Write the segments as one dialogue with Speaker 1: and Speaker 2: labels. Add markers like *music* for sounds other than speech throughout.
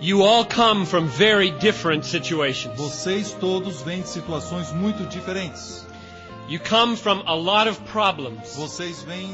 Speaker 1: You all come from very different situations.
Speaker 2: Vocês todos vêm de situações muito diferentes.
Speaker 1: You come from a lot of problems.
Speaker 2: Vocês vêm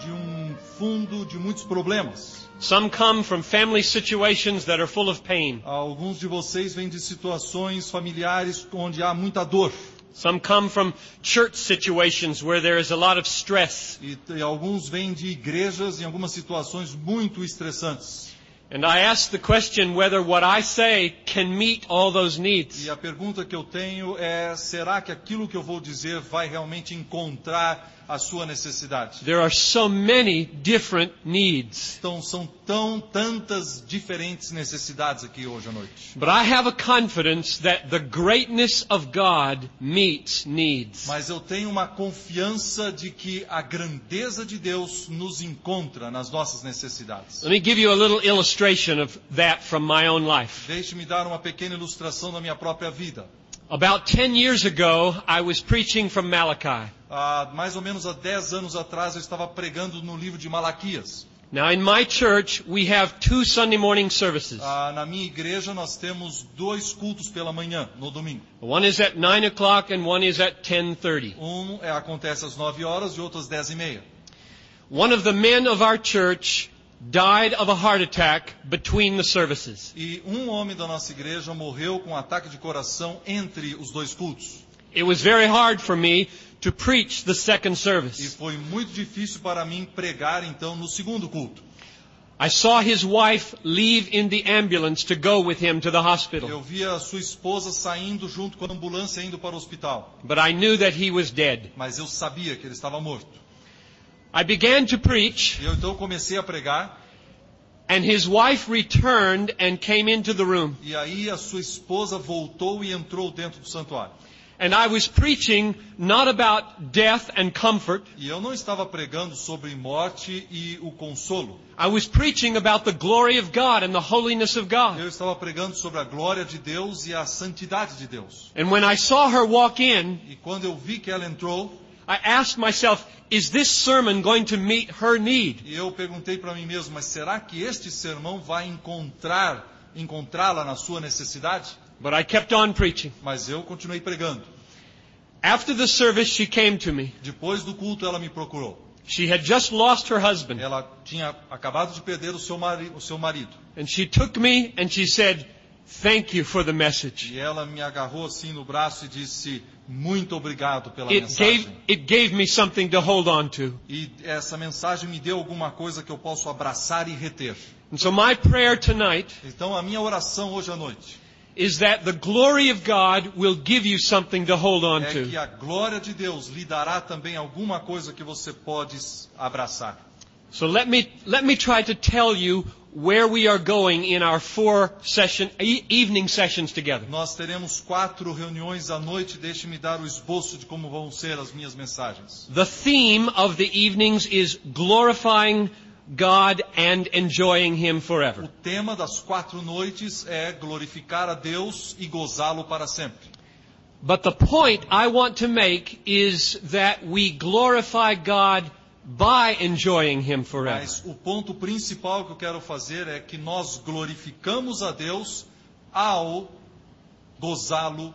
Speaker 2: de um fundo de muitos problemas.
Speaker 1: Some come from family situations that are full of pain.
Speaker 2: Alguns de vocês vêm de situações familiares onde há muita dor.
Speaker 1: Some come from church situations where there is a lot of stress.
Speaker 2: E, e alguns vêm de igrejas em algumas situações muito estressantes.
Speaker 1: And I ask the question whether what I say can meet all those needs.
Speaker 2: E a pergunta que eu tenho é: será que aquilo que eu vou dizer vai realmente encontrar a sua necessidade?
Speaker 1: There are so many different needs.
Speaker 2: Então, são tão tantas diferentes necessidades aqui hoje à noite.
Speaker 1: But I have a confidence that the greatness of God meets needs.
Speaker 2: Mas eu tenho uma confiança de que a grandeza de Deus nos encontra nas nossas necessidades.
Speaker 1: Let me give you a little illustration of that from my own life.
Speaker 2: Deixe-me dar uma pequena ilustração da minha própria vida.
Speaker 1: About 10 years ago, I was preaching from Malachi.
Speaker 2: Há Ah, mais ou menos há 10 anos atrás eu estava pregando no livro de Malaquias.
Speaker 1: Now in my church, we have two Sunday morning services.
Speaker 2: Ah, na minha igreja nós temos dois cultos pela manhã, no domingo.
Speaker 1: One is at 9 o'clock and one is at 10.30.
Speaker 2: Um é, acontece às 9 horas e outro às 10 e meia.
Speaker 1: One of the men of our church died of a heart attack between the services.
Speaker 2: E um homem da nossa igreja morreu com um ataque de coração entre os dois cultos.
Speaker 1: It was very hard for me to preach the second
Speaker 2: E
Speaker 1: service.
Speaker 2: foi muito difícil para mim pregar então no segundo culto.
Speaker 1: I saw his wife leave in the ambulance to go with him to the
Speaker 2: Eu
Speaker 1: hospital,
Speaker 2: vi a sua esposa saindo junto com a ambulância indo para o hospital,
Speaker 1: but I knew that he was dead.
Speaker 2: mas eu sabia que ele estava morto.
Speaker 1: I began to preach
Speaker 2: E eu então comecei a pregar
Speaker 1: and his wife returned and came into the room
Speaker 2: e aí a sua esposa voltou e entrou dentro do santuário.
Speaker 1: and I was preaching not about death and comfort.
Speaker 2: E eu não estava pregando sobre morte e o consolo.
Speaker 1: I was preaching about the glory of God and the holiness of God.
Speaker 2: Eu estava pregando sobre a glória de Deus e a santidade de Deus.
Speaker 1: And when I saw her walk in,
Speaker 2: E quando eu vi que ela entrou,
Speaker 1: I asked myself, is this sermon going to meet her need?
Speaker 2: E eu perguntei para mim mesmo, mas será que este sermão vai encontrar, encontrá-la na sua necessidade?
Speaker 1: But I kept on preaching.
Speaker 2: Mas eu continuei pregando.
Speaker 1: After the service, she came to me.
Speaker 2: Depois do culto ela me procurou.
Speaker 1: She had just lost her husband.
Speaker 2: Ela tinha acabado de perder o seu, mari o seu marido.
Speaker 1: And she took me and she said, thank you for the message.
Speaker 2: E ela me agarrou assim no braço e disse, muito obrigado pela
Speaker 1: It gave,
Speaker 2: mensagem.
Speaker 1: it gave me something to hold on to.
Speaker 2: E essa mensagem me deu alguma coisa que eu posso abraçar e reter.
Speaker 1: And so my prayer tonight
Speaker 2: Então a minha oração hoje à noite
Speaker 1: is that the glory of God will give you something to hold on
Speaker 2: é que
Speaker 1: to.
Speaker 2: a glória de Deus lhe dará também alguma coisa que você pode abraçar.
Speaker 1: So let me, let me try to tell you where we are going in our four session, e- evening sessions together.
Speaker 2: Nós teremos quatro reuniões à noite. Deixe-me dar o esboço de como vão ser as minhas mensagens.
Speaker 1: The theme of the evenings is glorifying God and enjoying Him
Speaker 2: O
Speaker 1: forever.
Speaker 2: tema das quatro noites é glorificar a Deus e gozá-lo para sempre.
Speaker 1: But the point I want to make is that we glorify God by enjoying Him forever.
Speaker 2: Mas o ponto principal que eu quero fazer é que nós glorificamos a Deus ao gozá-lo,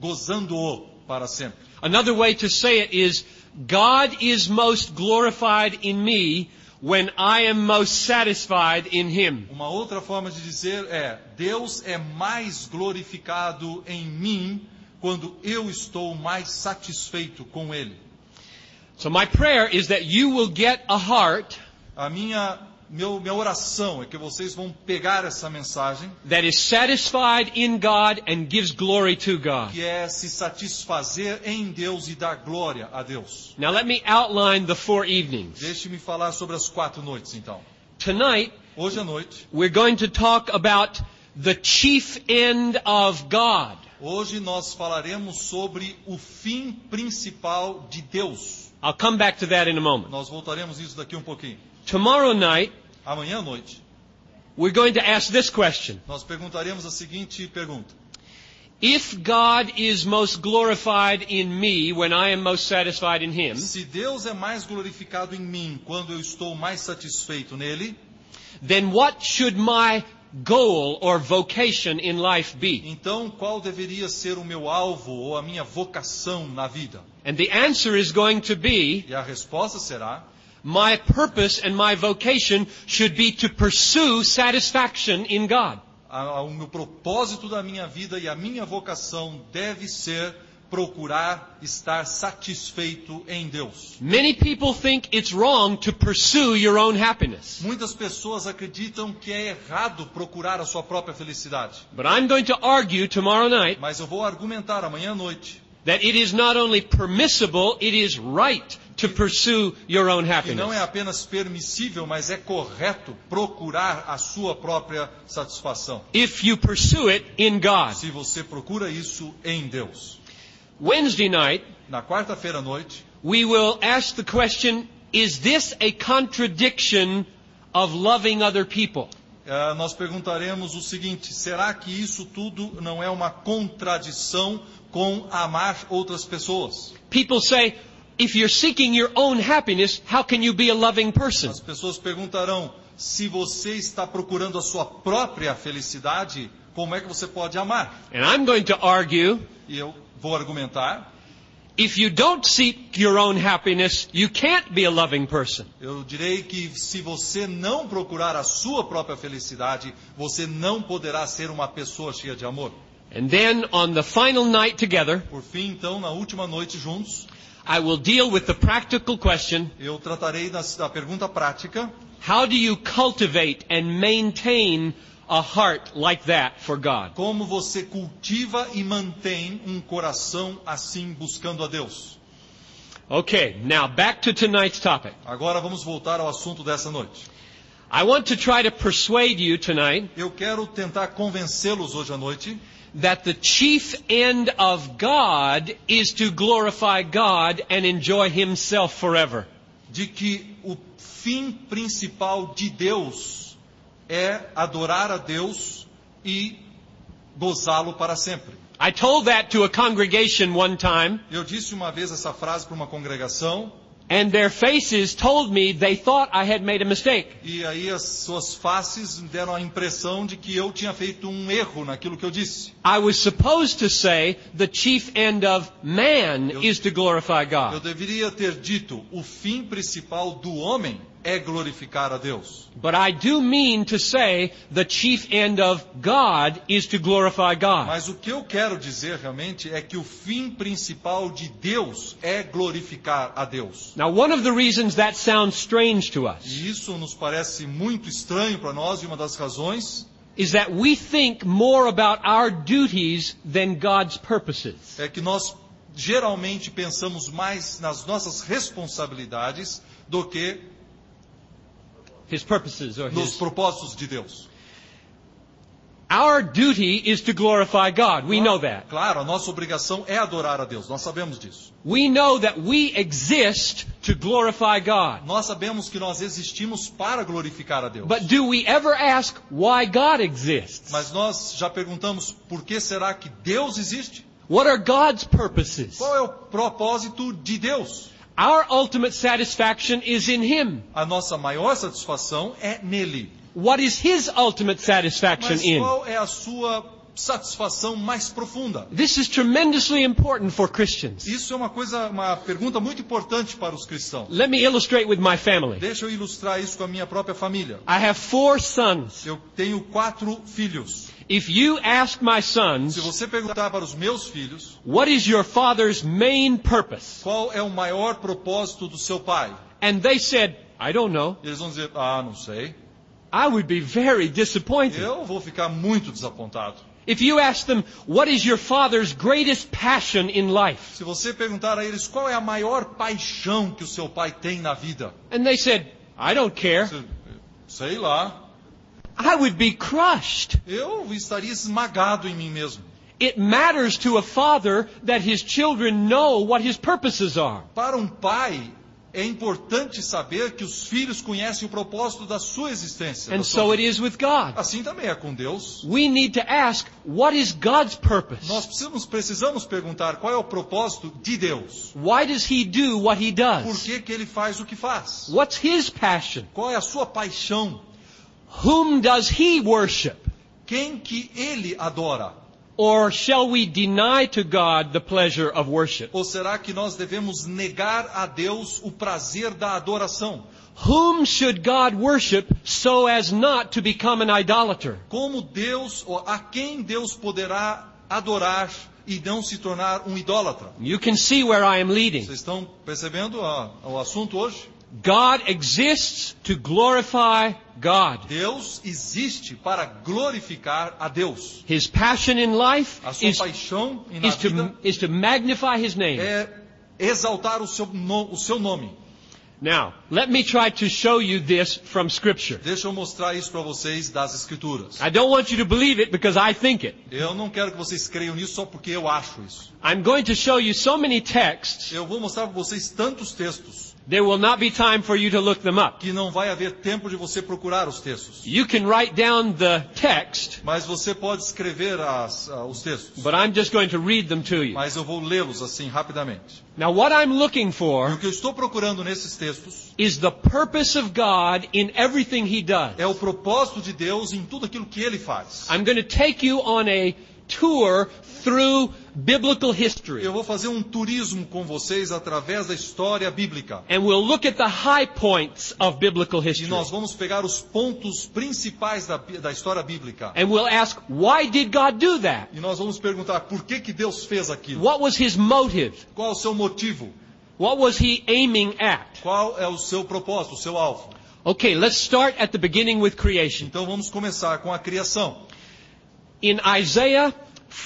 Speaker 2: gozando-o para sempre.
Speaker 1: Another way to say it is, God is most glorified in me when I am most satisfied in Him.
Speaker 2: Uma outra forma de dizer é: Deus é mais glorificado em mim quando eu estou mais satisfeito com Ele.
Speaker 1: So my prayer is that you will get a heart
Speaker 2: A minha, meu, minha oração é que vocês vão pegar essa mensagem,
Speaker 1: that is satisfied in God and gives glory to God.
Speaker 2: que é se satisfazer em Deus e dar glória a Deus.
Speaker 1: Now let me outline the four evenings.
Speaker 2: Deixe-me falar sobre as quatro noites, então.
Speaker 1: Tonight,
Speaker 2: Hoje à noite,
Speaker 1: we're going to talk about the chief end of God.
Speaker 2: hoje nós falaremos sobre o fim principal de Deus.
Speaker 1: I'll come back to that in a moment.
Speaker 2: Nós voltaremos nisso daqui um pouquinho.
Speaker 1: Tomorrow night,
Speaker 2: Amanhã à noite,
Speaker 1: we're going to ask this question.
Speaker 2: nós perguntaremos a seguinte pergunta:
Speaker 1: If God is most glorified in me when I am most satisfied in Him,
Speaker 2: Se Deus é mais glorificado em mim quando eu estou mais satisfeito nele,
Speaker 1: then what should my goal or vocation in life be?
Speaker 2: Então, qual deveria ser o meu alvo ou a minha vocação na vida?
Speaker 1: And the answer is going to be
Speaker 2: E a resposta será:
Speaker 1: my purpose and my vocation should be to pursue satisfaction in God.
Speaker 2: a- a- o meu propósito da minha vida e a minha vocação deve ser procurar estar satisfeito em Deus.
Speaker 1: Many people think it's wrong to pursue your own happiness.
Speaker 2: Muitas pessoas acreditam que é errado procurar a sua própria felicidade,
Speaker 1: But I'm going to argue tomorrow night
Speaker 2: mas eu vou argumentar amanhã à noite
Speaker 1: that it is not only permissible, it is right to pursue your own
Speaker 2: que não é
Speaker 1: happiness.
Speaker 2: apenas permissível, mas é correto procurar a sua própria satisfação.
Speaker 1: If you pursue it in God.
Speaker 2: Se você procura isso em Deus.
Speaker 1: Wednesday night,
Speaker 2: Na quarta-feira à noite,
Speaker 1: we will ask the question, is this a contradiction of loving other people?
Speaker 2: eh, nós perguntaremos o seguinte: será que isso tudo não é uma contradição com amar outras pessoas?
Speaker 1: People say, if you're seeking your own happiness, how can you be a loving person?
Speaker 2: As pessoas perguntarão: se você está procurando a sua própria felicidade, como é que você pode amar?
Speaker 1: And I'm going to argue,
Speaker 2: E eu vou argumentar.
Speaker 1: if you don't seek your own happiness, you can't be a loving person.
Speaker 2: Eu direi que se você não procurar a sua própria felicidade, você não poderá ser uma pessoa cheia de amor.
Speaker 1: And then on the final night together,
Speaker 2: Por fim, então, na última noite juntos,
Speaker 1: I will deal with the practical question,
Speaker 2: eu tratarei das- da pergunta prática:
Speaker 1: how do you cultivate and maintain a heart like that for God?
Speaker 2: como você cultiva e mantém um coração assim buscando a Deus?
Speaker 1: Okay, now back to tonight's topic.
Speaker 2: Agora vamos voltar ao assunto dessa noite.
Speaker 1: I want to try to persuade you tonight
Speaker 2: Eu quero tentar convencê-los hoje à noite
Speaker 1: that the chief end of God is to glorify God and enjoy Himself forever.
Speaker 2: de que o fim principal de Deus é adorar a Deus e gozá-lo para sempre.
Speaker 1: I told that to a congregation one time,
Speaker 2: Eu disse uma vez essa frase para uma congregação
Speaker 1: and their faces told me they thought I had made a mistake.
Speaker 2: e aí as suas faces me deram a impressão de que eu tinha feito um erro naquilo que eu disse.
Speaker 1: I was supposed to say the chief end of man is to glorify
Speaker 2: Eu
Speaker 1: God,
Speaker 2: deveria ter dito: o fim principal do homem é glorificar a Deus.
Speaker 1: but I do mean to say the chief end of God is to glorify God.
Speaker 2: Mas o que eu quero dizer realmente é que o fim principal de Deus é glorificar a Deus.
Speaker 1: Now one of the reasons that sounds strange to us
Speaker 2: E isso nos parece muito estranho para nós e uma das razões
Speaker 1: is that we think more about our duties than God's purposes.
Speaker 2: é que nós geralmente pensamos mais nas nossas responsabilidades do que
Speaker 1: His purposes or
Speaker 2: nos
Speaker 1: his.
Speaker 2: propósitos de Deus.
Speaker 1: Our duty is to glorify God. We know that.
Speaker 2: Claro, a nossa obrigação é adorar a Deus, nós sabemos disso.
Speaker 1: We know that we exist to glorify God.
Speaker 2: Nós sabemos que nós existimos para glorificar a Deus.
Speaker 1: But do we ever ask why God exists?
Speaker 2: Mas nós já perguntamos por que será que Deus existe?
Speaker 1: What are God's purposes?
Speaker 2: Qual é o propósito de Deus?
Speaker 1: Our ultimate satisfaction is in Him.
Speaker 2: A nossa maior satisfação é nele.
Speaker 1: What is His ultimate satisfaction
Speaker 2: Mas
Speaker 1: in?
Speaker 2: qual é a sua satisfação mais profunda?
Speaker 1: This is tremendously important for Christians.
Speaker 2: Isso é uma coisa, uma pergunta muito importante para os cristãos.
Speaker 1: Let me illustrate with my family.
Speaker 2: Deixa eu ilustrar isso com a minha própria família.
Speaker 1: I have four sons.
Speaker 2: Eu tenho quatro filhos.
Speaker 1: If you ask my
Speaker 2: Se
Speaker 1: sons,
Speaker 2: você perguntar para os meus filhos
Speaker 1: what is your father's main purpose?
Speaker 2: qual é o maior propósito do seu pai,
Speaker 1: And they said, I don't know.
Speaker 2: eles vão dizer: Ah, não sei.
Speaker 1: I would be very disappointed.
Speaker 2: Eu vou ficar muito desapontado.
Speaker 1: If you ask them, what is your father's greatest passion in life?
Speaker 2: Se você perguntar a eles qual é a maior paixão que o seu pai tem na vida,
Speaker 1: And they said, I don't care.
Speaker 2: você- sei lá.
Speaker 1: I would be crushed.
Speaker 2: Eu estaria esmagado em mim mesmo.
Speaker 1: It matters to a father that his children know what his purposes are.
Speaker 2: Para um pai, é importante saber que os filhos conhecem o propósito da sua existência. da
Speaker 1: And
Speaker 2: sua
Speaker 1: so it
Speaker 2: vida.
Speaker 1: is with God.
Speaker 2: Assim também é com Deus.
Speaker 1: We need to ask, what is God's
Speaker 2: Nós
Speaker 1: purpose?
Speaker 2: precisamos, precisamos perguntar qual é o propósito de Deus.
Speaker 1: Why does he do what he
Speaker 2: Por
Speaker 1: does?
Speaker 2: que, que ele faz o que faz?
Speaker 1: What's his passion?
Speaker 2: Qual é a sua paixão?
Speaker 1: Whom does he worship?
Speaker 2: Quem que ele adora?
Speaker 1: Or shall we deny to God the pleasure of worship?
Speaker 2: Ou será que nós devemos negar a Deus o prazer da adoração?
Speaker 1: Whom should God worship so as not to become an idolater?
Speaker 2: Como Deus, ou a quem Deus poderá adorar e não se tornar um idólatra?
Speaker 1: You can see where I am leading.
Speaker 2: Vocês estão percebendo a- o assunto hoje?
Speaker 1: God exists to glorify God.
Speaker 2: Deus existe para glorificar a Deus.
Speaker 1: His passion in life
Speaker 2: A sua
Speaker 1: is,
Speaker 2: paixão e na
Speaker 1: is, to,
Speaker 2: vida
Speaker 1: is to magnify his name.
Speaker 2: é exaltar o seu, no- o seu nome.
Speaker 1: Now, let me try to show you this from scripture.
Speaker 2: Deixa eu mostrar isso para vocês das Escrituras.
Speaker 1: I don't want you to believe it because I think it.
Speaker 2: Eu não quero que vocês creiam nisso só porque eu acho isso.
Speaker 1: I'm going to show you so many texts,
Speaker 2: Eu vou mostrar para vocês tantos textos
Speaker 1: there will not be time for you to look them up.
Speaker 2: que não vai haver tempo de você procurar os textos.
Speaker 1: You can write down the text,
Speaker 2: Mas você pode escrever as- ah, os textos.
Speaker 1: but I'm just going to read them to you.
Speaker 2: Mas eu vou lê-los assim rapidamente.
Speaker 1: Now, what I'm looking
Speaker 2: O
Speaker 1: for
Speaker 2: que eu estou procurando nesses textos
Speaker 1: is the purpose of God in everything He does.
Speaker 2: é o propósito de Deus em tudo aquilo que ele faz.
Speaker 1: I'm going to take you on a tour through biblical history.
Speaker 2: Eu vou fazer um turismo com vocês através da história bíblica.
Speaker 1: And we'll look at the high points of biblical
Speaker 2: E
Speaker 1: history.
Speaker 2: nós vamos pegar os pontos principais da, da história bíblica.
Speaker 1: And we'll ask, why did God do that?
Speaker 2: E nós vamos perguntar por que, que Deus fez aquilo?
Speaker 1: What was His motive?
Speaker 2: Qual é o seu motivo?
Speaker 1: What was He aiming at?
Speaker 2: Qual é o seu propósito, o seu alvo?
Speaker 1: Okay, let's start at the beginning with creation.
Speaker 2: Então vamos começar com a criação.
Speaker 1: In Isaiah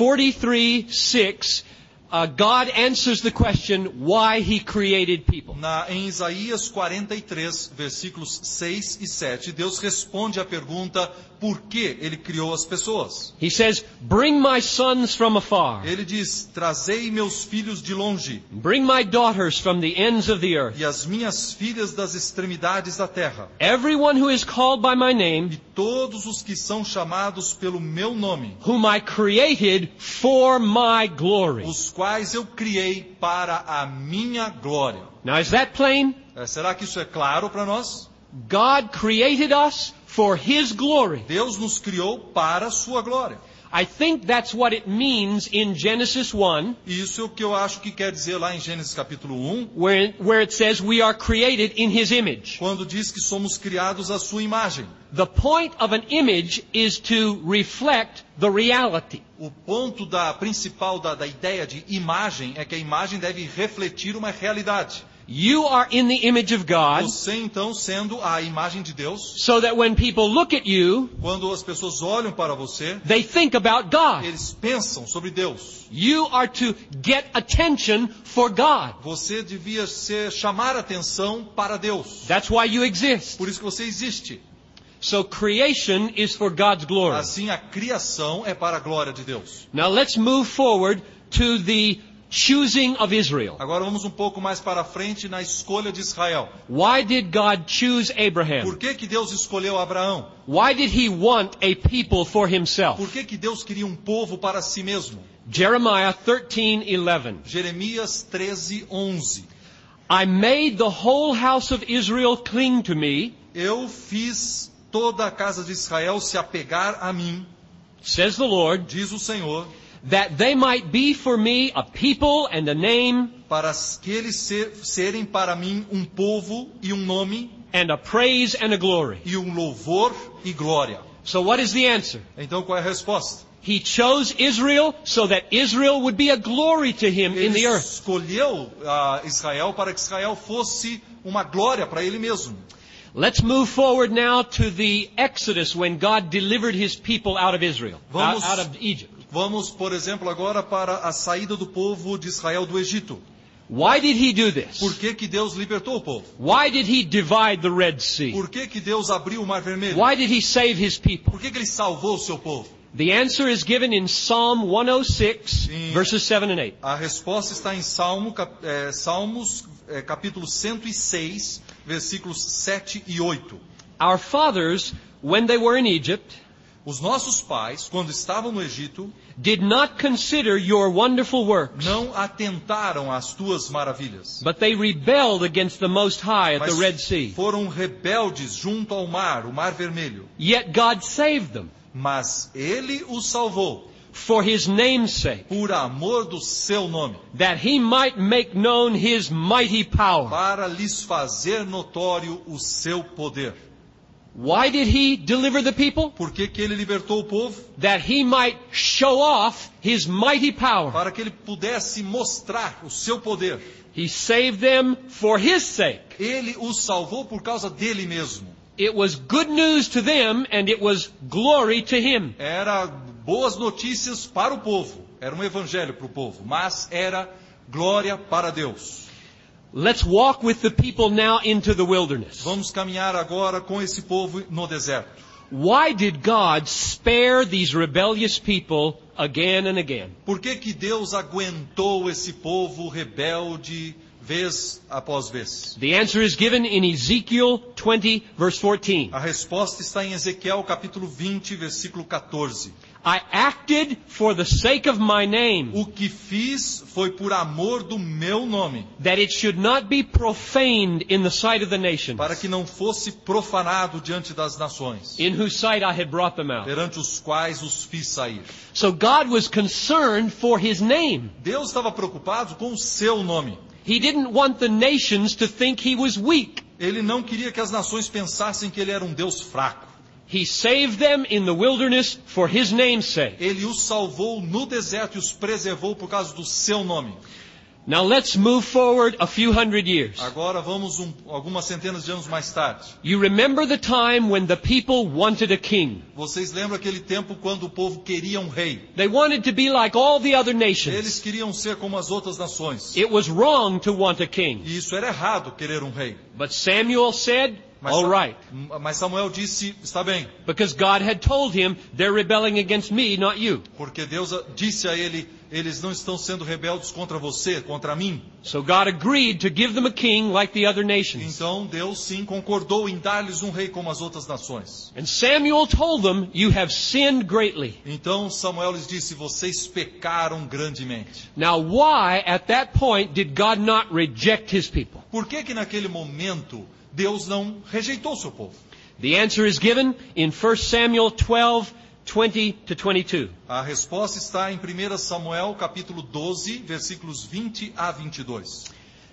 Speaker 1: 43, 6, uh, God answers the question why He created people.
Speaker 2: Na, em Isaías 43, versículos 6 e 7, Deus responde à pergunta por que ele criou as pessoas.
Speaker 1: He says, bring my sons from afar.
Speaker 2: Ele diz: Trazei meus filhos de longe
Speaker 1: Bring my daughters from the ends of the earth.
Speaker 2: e as minhas filhas das extremidades da terra.
Speaker 1: Everyone who is called by my
Speaker 2: E
Speaker 1: name,
Speaker 2: todos os que são chamados pelo meu nome,
Speaker 1: whom I created for my glory.
Speaker 2: os quais eu criei para a minha glória.
Speaker 1: Now is that plain?
Speaker 2: É, será que isso é claro para nós?
Speaker 1: God created us for His glory.
Speaker 2: Deus nos criou para a sua glória.
Speaker 1: I think that's what it means in Genesis 1,
Speaker 2: E Isso é o que eu acho que quer dizer lá em Gênesis capítulo 1,
Speaker 1: where, where it says we are created in His image.
Speaker 2: quando diz que somos criados à sua imagem.
Speaker 1: The point of an image is to reflect the reality.
Speaker 2: O ponto da principal da, da ideia de imagem é que a imagem deve refletir uma realidade.
Speaker 1: You are in the image of God,
Speaker 2: Você então sendo a imagem de Deus,
Speaker 1: so that when people look at you,
Speaker 2: quando as pessoas olham para você,
Speaker 1: they think about God.
Speaker 2: eles pensam sobre Deus.
Speaker 1: You are to get attention for God.
Speaker 2: Você devia ser chamar atenção para Deus.
Speaker 1: That's why you exist.
Speaker 2: Por isso que você existe.
Speaker 1: So creation is for God's glory.
Speaker 2: Assim a criação é para a glória de Deus.
Speaker 1: Now let's move forward to the choosing of Israel.
Speaker 2: Agora vamos um pouco mais para frente na escolha de Israel.
Speaker 1: Why did God choose Abraham?
Speaker 2: Por que, que Deus escolheu Abraão?
Speaker 1: Why did he want a people for
Speaker 2: Por
Speaker 1: himself?
Speaker 2: que, que Deus queria um povo para si mesmo?
Speaker 1: Jeremiah 13:11.
Speaker 2: Jeremias 13, 11.
Speaker 1: I made the whole house of Israel cling to me,
Speaker 2: Eu fiz toda a casa de Israel se apegar a mim,
Speaker 1: says the Lord,
Speaker 2: diz o Senhor,
Speaker 1: that they might be for me a people and a name
Speaker 2: para que eles se- serem para mim um povo e um nome
Speaker 1: and a praise and a glory.
Speaker 2: e um louvor e glória.
Speaker 1: So what is the answer?
Speaker 2: Então qual é a resposta?
Speaker 1: He chose Israel so that Israel would be a glory to him in
Speaker 2: Ele
Speaker 1: the earth.
Speaker 2: escolheu ah, Israel para que Israel fosse uma glória para ele mesmo.
Speaker 1: Let's move forward now to the Exodus when God delivered his people out of Israel, out,
Speaker 2: Vamos-
Speaker 1: out of Egypt.
Speaker 2: Vamos, por exemplo, agora para a saída do povo de Israel do Egito.
Speaker 1: Why did he do
Speaker 2: Por
Speaker 1: this?
Speaker 2: que, que Deus libertou o povo?
Speaker 1: Why did he divide the Red Sea?
Speaker 2: Por que, que Deus abriu o Mar Vermelho?
Speaker 1: Why did he save his people?
Speaker 2: Por que, que ele salvou o seu povo?
Speaker 1: The answer is given in Psalm 106,
Speaker 2: Sim.
Speaker 1: verses 7 and 8.
Speaker 2: A resposta está em Salmo, cap- eh, Salmos, eh, capítulo 106, versículos 7 e 8.
Speaker 1: Our fathers, when they were in Egypt,
Speaker 2: Os nossos pais, quando estavam no Egito,
Speaker 1: did not consider your wonderful works,
Speaker 2: não atentaram às tuas maravilhas,
Speaker 1: but they rebelled against the Most High at the Red Sea.
Speaker 2: mas foram rebeldes junto ao mar, o Mar Vermelho.
Speaker 1: Yet God saved them
Speaker 2: Mas ele os salvou
Speaker 1: for His name's sake,
Speaker 2: por amor do seu nome,
Speaker 1: that He might make known His mighty power.
Speaker 2: para lhes fazer notório o seu poder.
Speaker 1: Why did He deliver the people?
Speaker 2: Por que, que ele libertou o povo?
Speaker 1: That He might show off His mighty power.
Speaker 2: Para que ele pudesse mostrar o seu poder.
Speaker 1: He saved them for His sake.
Speaker 2: Ele os salvou por causa dele mesmo.
Speaker 1: It was good news to them and it was glory to Him.
Speaker 2: Era boas notícias para o povo, era um evangelho para o povo, mas era glória para Deus.
Speaker 1: Let's walk with the people now into the wilderness.
Speaker 2: Vamos caminhar agora com esse povo no deserto.
Speaker 1: Why did God spare these rebellious people again and again?
Speaker 2: Por que, que Deus aguentou esse povo rebelde vez após vez?
Speaker 1: The answer is given in Ezekiel 20 verse 14.
Speaker 2: A resposta está em Ezequiel capítulo 20, versículo 14.
Speaker 1: I acted for the sake of my name,
Speaker 2: O que fiz foi por amor do meu nome,
Speaker 1: that it should not be profaned in the sight of the nations,
Speaker 2: para que não fosse profanado diante das nações,
Speaker 1: in whose sight I had brought them out.
Speaker 2: perante os quais os fiz sair.
Speaker 1: So God was concerned for his name.
Speaker 2: Deus estava preocupado com o seu nome.
Speaker 1: He didn't want the nations to think he was weak.
Speaker 2: Ele não queria que as nações pensassem que ele era um Deus fraco.
Speaker 1: He saved them in the wilderness for his name's sake.
Speaker 2: Ele os salvou no deserto e os preservou por causa do seu nome.
Speaker 1: Now let's move forward a few hundred years.
Speaker 2: Agora vamos um, algumas centenas de anos mais tarde.
Speaker 1: You remember the time when the people wanted a king.
Speaker 2: Vocês lembram aquele tempo quando o povo queria um rei?
Speaker 1: They wanted to be like all the other
Speaker 2: Eles
Speaker 1: nations.
Speaker 2: queriam ser como as outras nações.
Speaker 1: It was wrong to want a king.
Speaker 2: E isso era errado, querer um rei.
Speaker 1: But Samuel said,
Speaker 2: Mas,
Speaker 1: all right,
Speaker 2: mas Samuel disse, está bem,
Speaker 1: because God had told him, they're rebelling against me, not you.
Speaker 2: porque Deus a- disse a ele, eles não estão sendo rebeldes contra você, contra mim.
Speaker 1: So God agreed to give them a king like the other nations.
Speaker 2: Então Deus sim concordou em dar-lhes um rei como as outras nações.
Speaker 1: And Samuel told them, you have sinned greatly.
Speaker 2: Então Samuel lhes disse, vocês pecaram grandemente.
Speaker 1: Now why, at that point, did God not reject his people?
Speaker 2: Por que que naquele momento Deus não rejeitou seu povo?
Speaker 1: The answer is given in 1 Samuel 12, 20 to 22.
Speaker 2: A resposta está em 1 Samuel capítulo 12, versículos 20 a 22.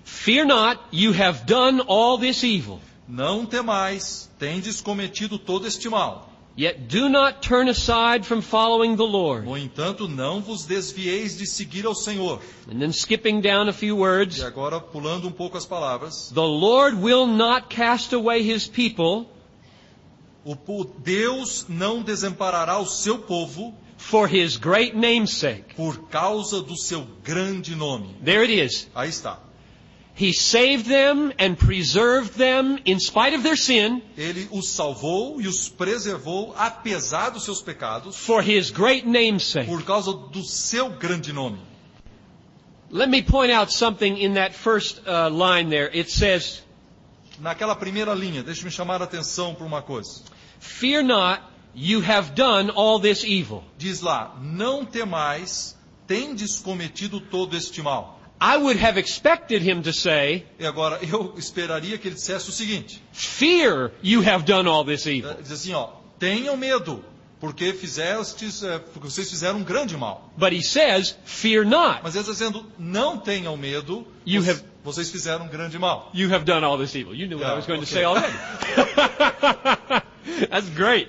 Speaker 1: Fear not, you have done all this evil,
Speaker 2: Não temais, tendes cometido todo este mal.
Speaker 1: yet do not turn aside from following the Lord.
Speaker 2: No entanto, não vos desvieis de seguir ao Senhor.
Speaker 1: And then skipping down a few
Speaker 2: E
Speaker 1: words,
Speaker 2: agora, pulando um pouco as palavras,
Speaker 1: the Lord will not cast away his people
Speaker 2: o po- Deus não desamparará o seu povo
Speaker 1: for his great name's sake.
Speaker 2: por causa do seu grande nome.
Speaker 1: There it is.
Speaker 2: Aí está.
Speaker 1: He saved them and preserved them in spite of their sin
Speaker 2: Ele os salvou e os preservou apesar dos seus pecados.
Speaker 1: for his great name's sake.
Speaker 2: por causa do seu grande nome.
Speaker 1: Let me point out something in that first uh, line there. It says,
Speaker 2: Naquela primeira linha, deixe-me chamar a atenção para uma coisa.
Speaker 1: Fear not, you have done all this evil.
Speaker 2: Diz lá: Não temais, tendes cometido todo este mal.
Speaker 1: I would have expected him to say,
Speaker 2: E agora, *laughs* eu esperaria que ele dissesse o seguinte:
Speaker 1: Fear you have done all this
Speaker 2: eh,
Speaker 1: evil.
Speaker 2: diz assim, ó, tenham medo, porque fizestes, eh, porque vocês fizeram um grande mal.
Speaker 1: But he says, Fear not,
Speaker 2: Mas ele está dizendo: Não tenham medo,
Speaker 1: You
Speaker 2: vocês-
Speaker 1: have-
Speaker 2: vocês fizeram um grande mal.
Speaker 1: you have done all this evil. You knew what I was going to say already. *laughs* That's great.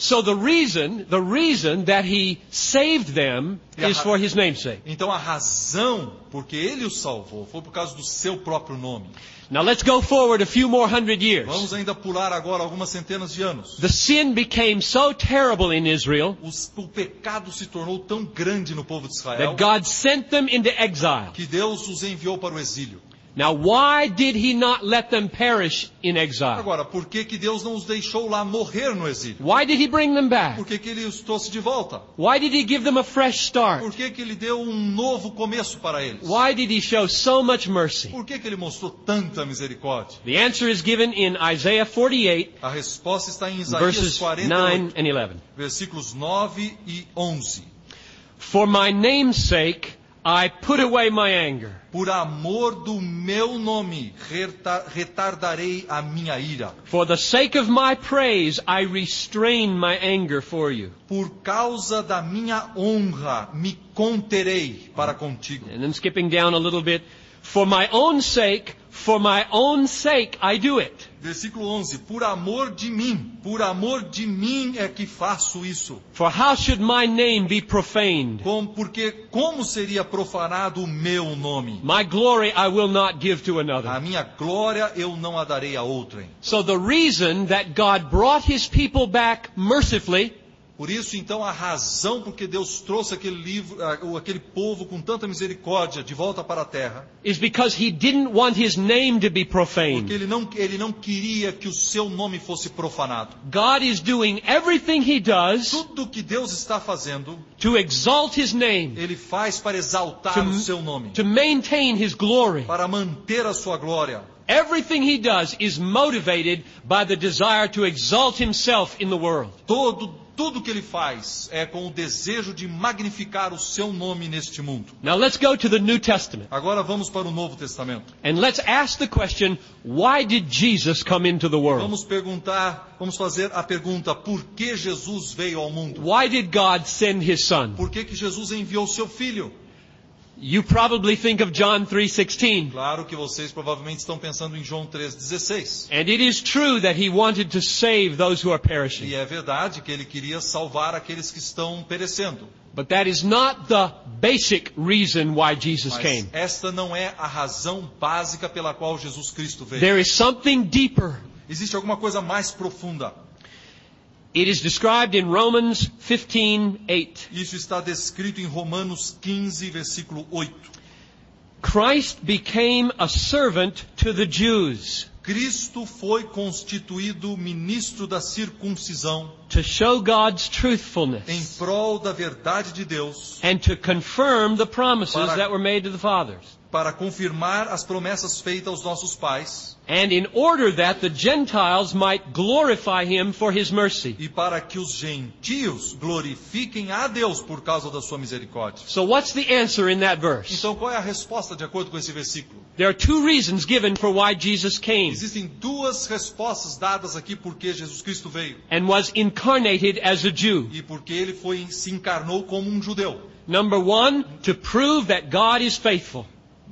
Speaker 1: So the reason, the reason that he saved them is for his name's sake.
Speaker 2: Então a razão porque ele os salvou foi por causa do seu próprio nome.
Speaker 1: Now let's go forward a few more hundred years.
Speaker 2: Vamos ainda pular agora algumas centenas de anos.
Speaker 1: The sin became so terrible in Israel
Speaker 2: Os- o pecado se tornou tão grande no povo de Israel
Speaker 1: that God sent them into exile.
Speaker 2: que Deus os enviou para o exílio.
Speaker 1: Now, why did he not let them perish in exile?
Speaker 2: Agora, por que, que Deus não os deixou lá morrer no exílio?
Speaker 1: Why did he bring them back?
Speaker 2: Por que, que ele os trouxe de volta?
Speaker 1: Why did he give them a fresh start?
Speaker 2: Por que, que ele deu um novo começo para eles?
Speaker 1: Why did he show so much mercy?
Speaker 2: Por que, que ele mostrou tanta misericórdia?
Speaker 1: The answer is given in Isaiah 48,
Speaker 2: A resposta está em Isaías
Speaker 1: verses 9
Speaker 2: 48,
Speaker 1: and 11.
Speaker 2: versículos 9 e 11.
Speaker 1: For my name's sake, I put away my anger.
Speaker 2: Por amor do meu nome, reta- retardarei a minha ira.
Speaker 1: For the sake of my praise, I restrain my anger for you.
Speaker 2: Por causa da minha honra, me conterei para contigo.
Speaker 1: And then skipping down a little bit, for my own sake, for my own sake, I do it.
Speaker 2: Versículo 11: Por amor de mim, por amor de mim é que faço isso.
Speaker 1: For how should my name be profaned?
Speaker 2: Com- porque como seria profanado o meu nome?
Speaker 1: My glory I will not give to
Speaker 2: A
Speaker 1: another.
Speaker 2: minha glória eu não a darei a outrem.
Speaker 1: So the reason that God brought his people back mercifully
Speaker 2: Por isso, então, a razão por que Deus trouxe aquele livro, ah, ou aquele povo com tanta misericórdia de volta para a terra,
Speaker 1: is because he didn't want his name to be
Speaker 2: porque
Speaker 1: profaned.
Speaker 2: ele não, ele não queria que o seu nome fosse profanado.
Speaker 1: God is doing everything he does
Speaker 2: Tudo o que Deus está fazendo,
Speaker 1: to exalt his name,
Speaker 2: ele faz para exaltar
Speaker 1: To-
Speaker 2: o seu nome,
Speaker 1: to maintain his glory.
Speaker 2: para manter a sua glória.
Speaker 1: Everything he does is motivated by the desire to exalt himself in the world.
Speaker 2: Todo, tudo que ele faz é com o desejo de magnificar o seu nome neste mundo.
Speaker 1: Now let's go to the New Testament
Speaker 2: Agora vamos para o Novo Testamento.
Speaker 1: and let's ask the question, why did Jesus come into the world?
Speaker 2: Vamos perguntar, vamos fazer a pergunta: por que Jesus veio ao mundo?
Speaker 1: Why did God send his son?
Speaker 2: Por que, que Jesus enviou seu filho?
Speaker 1: You probably think of John 3:16.
Speaker 2: Claro que vocês provavelmente estão pensando em João 3,16.
Speaker 1: And it is true that he wanted to save those who are
Speaker 2: E
Speaker 1: perishing.
Speaker 2: é verdade que ele queria salvar aqueles que estão perecendo.
Speaker 1: But that is not the basic reason why Jesus
Speaker 2: Mas
Speaker 1: came.
Speaker 2: esta não é a razão básica pela qual Jesus Cristo veio.
Speaker 1: There is something deeper.
Speaker 2: Existe alguma coisa mais profunda.
Speaker 1: It is described in Romans 15:8.
Speaker 2: Isso está descrito em Romanos 15, versículo 8.
Speaker 1: Christ became a servant to the Jews
Speaker 2: Cristo foi constituído ministro da circuncisão
Speaker 1: to show God's
Speaker 2: em
Speaker 1: truthfulness
Speaker 2: prol da verdade de Deus,
Speaker 1: and to confirm the promises that were made to the fathers.
Speaker 2: para confirmar as promessas feitas aos nossos pais
Speaker 1: And in order that the Gentiles might glorify him for his mercy.
Speaker 2: e para que os gentios glorifiquem a Deus por causa da sua misericórdia.
Speaker 1: So what's the answer in that verse?
Speaker 2: Então, qual é a resposta de acordo com esse versículo?
Speaker 1: There are two reasons given for why Jesus came
Speaker 2: Existem duas respostas dadas aqui porque Jesus Cristo veio
Speaker 1: and was incarnated as a Jew.
Speaker 2: e porque ele foi se encarnou como um judeu.
Speaker 1: Number one, to prove that God is faithful.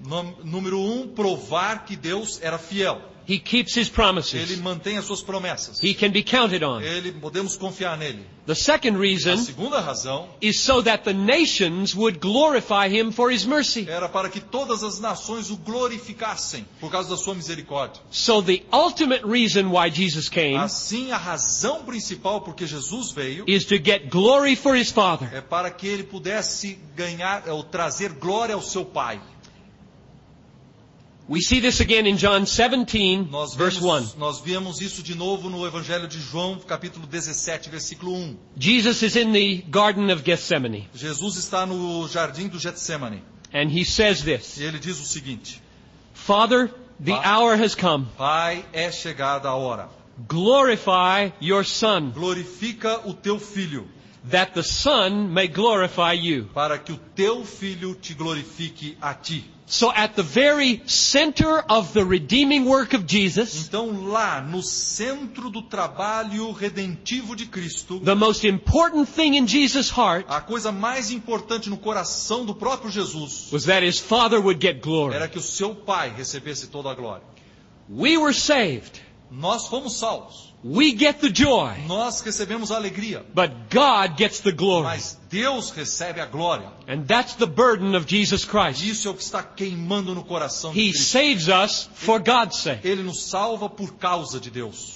Speaker 2: Num- Número um, provar que Deus era fiel.
Speaker 1: He keeps his
Speaker 2: Ele
Speaker 1: promises.
Speaker 2: mantém as suas promessas.
Speaker 1: He can be counted on.
Speaker 2: Ele, podemos confiar nele.
Speaker 1: The second
Speaker 2: A
Speaker 1: reason
Speaker 2: segunda razão
Speaker 1: is so that the nations would glorify him for his mercy.
Speaker 2: era para que todas as nações o glorificassem por causa da sua misericórdia.
Speaker 1: So the ultimate reason why Jesus came
Speaker 2: Assim, a razão principal porque Jesus veio
Speaker 1: is to get glory for his Father.
Speaker 2: é para que ele pudesse ganhar é, ou trazer glória ao seu Pai.
Speaker 1: We see this again in John 17,
Speaker 2: Nós
Speaker 1: verse 1.
Speaker 2: vemos, nós vemos isso de novo no Evangelho de João, capítulo 17, versículo 1.
Speaker 1: Jesus is in the Garden of Gethsemane,
Speaker 2: Jesus está no jardim do Getsemane
Speaker 1: and he says
Speaker 2: e
Speaker 1: this
Speaker 2: ele diz o seguinte:
Speaker 1: Father, the
Speaker 2: Fa-
Speaker 1: hour has come.
Speaker 2: Pai, é chegada a hora.
Speaker 1: Glorify your Son,
Speaker 2: Glorifica o teu filho,
Speaker 1: that the Son may glorify you.
Speaker 2: para que o teu filho te glorifique a ti.
Speaker 1: So at the very center of the redeeming work of Jesus,
Speaker 2: Então, lá no centro do trabalho redentivo de Cristo,
Speaker 1: the most important thing in Jesus' heart
Speaker 2: a coisa mais importante no coração do próprio Jesus
Speaker 1: was that his father would get glory.
Speaker 2: era que o seu Pai recebesse toda a glória.
Speaker 1: We were saved.
Speaker 2: Nós fomos salvos,
Speaker 1: We get the joy.
Speaker 2: nós recebemos a alegria,
Speaker 1: But God gets the glory.
Speaker 2: mas Deus recebe a glória.
Speaker 1: And that's the burden of Jesus
Speaker 2: E
Speaker 1: Christ.
Speaker 2: Isso é o que está queimando no coração de
Speaker 1: He
Speaker 2: Cristo.
Speaker 1: saves us for God's sake.
Speaker 2: Ele nos salva por causa de Deus.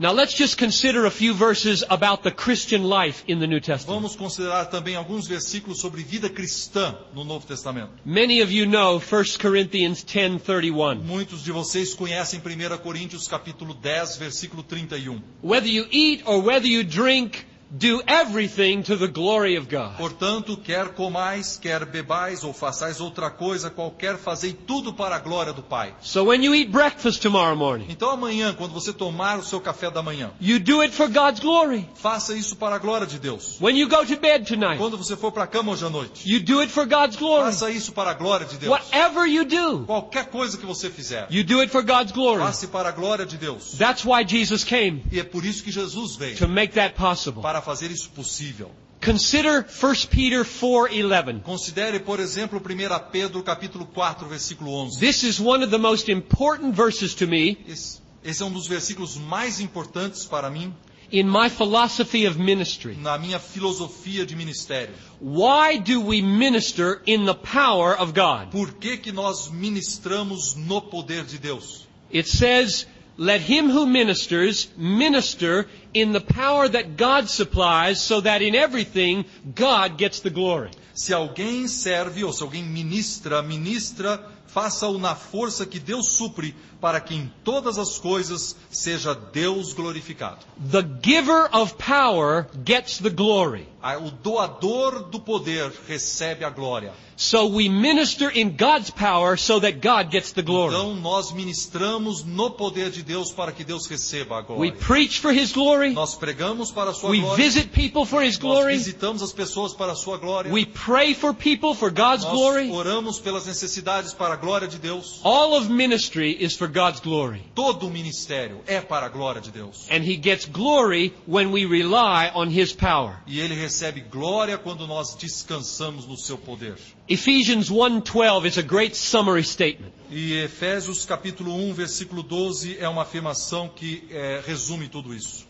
Speaker 1: Now let's just consider a few verses about the Christian life in the New Testament.
Speaker 2: Vamos considerar também alguns versículos sobre vida cristã no Novo Testamento.
Speaker 1: Many of you know 1 Corinthians 10:31.
Speaker 2: Muitos de vocês conhecem 1 Coríntios capítulo 10, versículo 31.
Speaker 1: Whether you eat or whether you drink, do everything to the glory of God.
Speaker 2: Portanto, quer comais, quer bebais ou façais outra coisa qualquer, fazei tudo para a glória do Pai.
Speaker 1: So when you eat breakfast tomorrow morning,
Speaker 2: Então amanhã, quando você tomar o seu café da manhã,
Speaker 1: you do it for God's glory.
Speaker 2: faça isso para a glória de Deus.
Speaker 1: When you go to bed tonight,
Speaker 2: Quando você for para a cama hoje à noite,
Speaker 1: you do it for God's glory.
Speaker 2: faça isso para a glória de Deus.
Speaker 1: Whatever you do,
Speaker 2: Qualquer coisa que você fizer,
Speaker 1: you do it for God's glory.
Speaker 2: passe para a glória de Deus.
Speaker 1: That's why Jesus came
Speaker 2: E é por isso que Jesus veio,
Speaker 1: to make that possible.
Speaker 2: para fazer isso possível.
Speaker 1: Consider 1 Peter 4:11.
Speaker 2: Considere, por exemplo, 1 Pedro capítulo 4, versículo 11.
Speaker 1: This is one of the most important verses to me
Speaker 2: Esse, esse é um dos versículos mais importantes para mim
Speaker 1: in my philosophy of ministry.
Speaker 2: na minha filosofia de ministério.
Speaker 1: Why do we minister in the power of God?
Speaker 2: Por que, que nós ministramos no poder de Deus?
Speaker 1: It says, Let him who ministers minister in the power that God supplies, so that in everything God gets the glory.
Speaker 2: Se alguém serve ou se alguém ministra, ministra, faça-o na força que Deus supre, para que em todas as coisas seja Deus glorificado.
Speaker 1: The giver of power gets the glory.
Speaker 2: Ah, O doador do poder recebe a glória.
Speaker 1: So we minister in God's power so that God gets the glory.
Speaker 2: Então nós ministramos no poder de Deus para que Deus receba a
Speaker 1: We
Speaker 2: glória.
Speaker 1: preach for his glory.
Speaker 2: Nós pregamos para a sua
Speaker 1: We
Speaker 2: glória.
Speaker 1: visit people for his
Speaker 2: Nós
Speaker 1: glory.
Speaker 2: visitamos as pessoas para a sua glória.
Speaker 1: We pray for people for God's
Speaker 2: Nós
Speaker 1: glory.
Speaker 2: oramos pelas necessidades para a glória de Deus.
Speaker 1: All of ministry is for God's glory.
Speaker 2: Todo o ministério é para a glória de Deus.
Speaker 1: And he gets glory when we rely on his power.
Speaker 2: E ele recebe glória quando nós descansamos no seu poder.
Speaker 1: Ephesians 1:12 is a great summary statement.
Speaker 2: E Efésios capítulo 1, versículo 12 é uma afirmação que eh, resume tudo isso.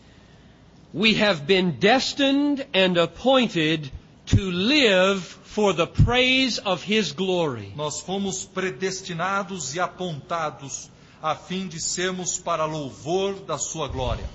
Speaker 1: We have been destined and appointed to live for the praise of his glory.
Speaker 2: Nós fomos predestinados e apontados a fim de sermos para louvor da sua glória.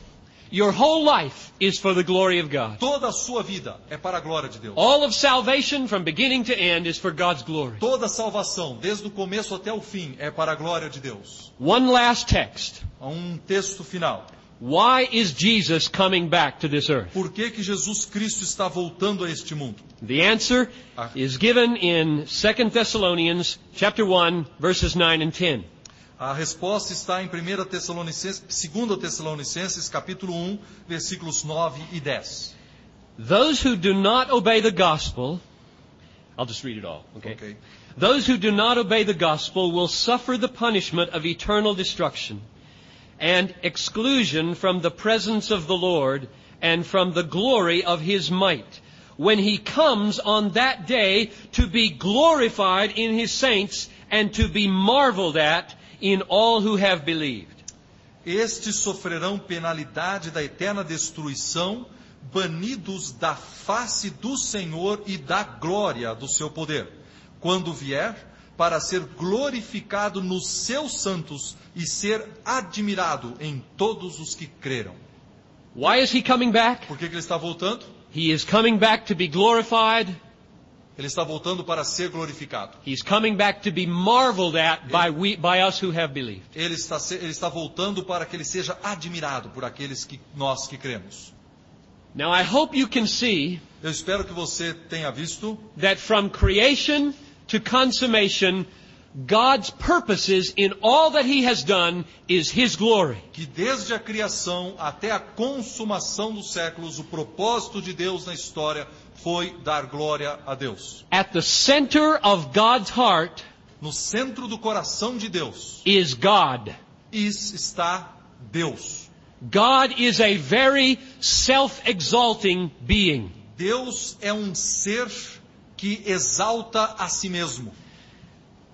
Speaker 1: Your whole life is for the glory of God.
Speaker 2: Toda a sua vida é para a glória de Deus.
Speaker 1: All of salvation from beginning to end is for God's glory.
Speaker 2: Toda a salvação, desde o começo até o fim, é para a glória de Deus.
Speaker 1: One last text.
Speaker 2: Há Um texto final.
Speaker 1: Why is Jesus coming back to this earth?
Speaker 2: Por que que Jesus Cristo está voltando a este mundo?
Speaker 1: The answer
Speaker 2: Ah.
Speaker 1: is given in 2 Thessalonians chapter 1 verses 9 and 10.
Speaker 2: A resposta está em 1 Tessalonicenses, 2 Tessalonicenses, capítulo 1, versículos 9 e 10.
Speaker 1: Those who do not obey the gospel I'll just read it all, okay?
Speaker 2: Ok.
Speaker 1: Those who do not obey the gospel will suffer the punishment of eternal destruction and exclusion from the presence of the Lord and from the glory of his might when he comes on that day to be glorified in his saints and to be marveled at in all who have believed.
Speaker 2: Estes sofrerão penalidade da eterna destruição, banidos da face do Senhor e da glória do seu poder, quando vier para ser glorificado nos seus santos e ser admirado em todos os que creram.
Speaker 1: Why is he coming back?
Speaker 2: Por que, que ele está voltando?
Speaker 1: He is coming back to be glorified.
Speaker 2: Ele está voltando para ser glorificado.
Speaker 1: He's coming back to be marveled at by we, by us who have believed.
Speaker 2: Ele está, se- ele está voltando para que ele seja admirado por aqueles que nós que cremos.
Speaker 1: Now I hope you can see
Speaker 2: Eu espero que você tenha visto
Speaker 1: that from creation to consummation, God's purposes in all that He has done is His glory.
Speaker 2: que desde a criação até a consumação dos séculos, o propósito de Deus na história foi dar glória a Deus.
Speaker 1: At the center of God's heart
Speaker 2: No centro do coração de Deus
Speaker 1: is God.
Speaker 2: is- está Deus.
Speaker 1: God is a very self-exalting being.
Speaker 2: Deus é um ser que exalta a si mesmo.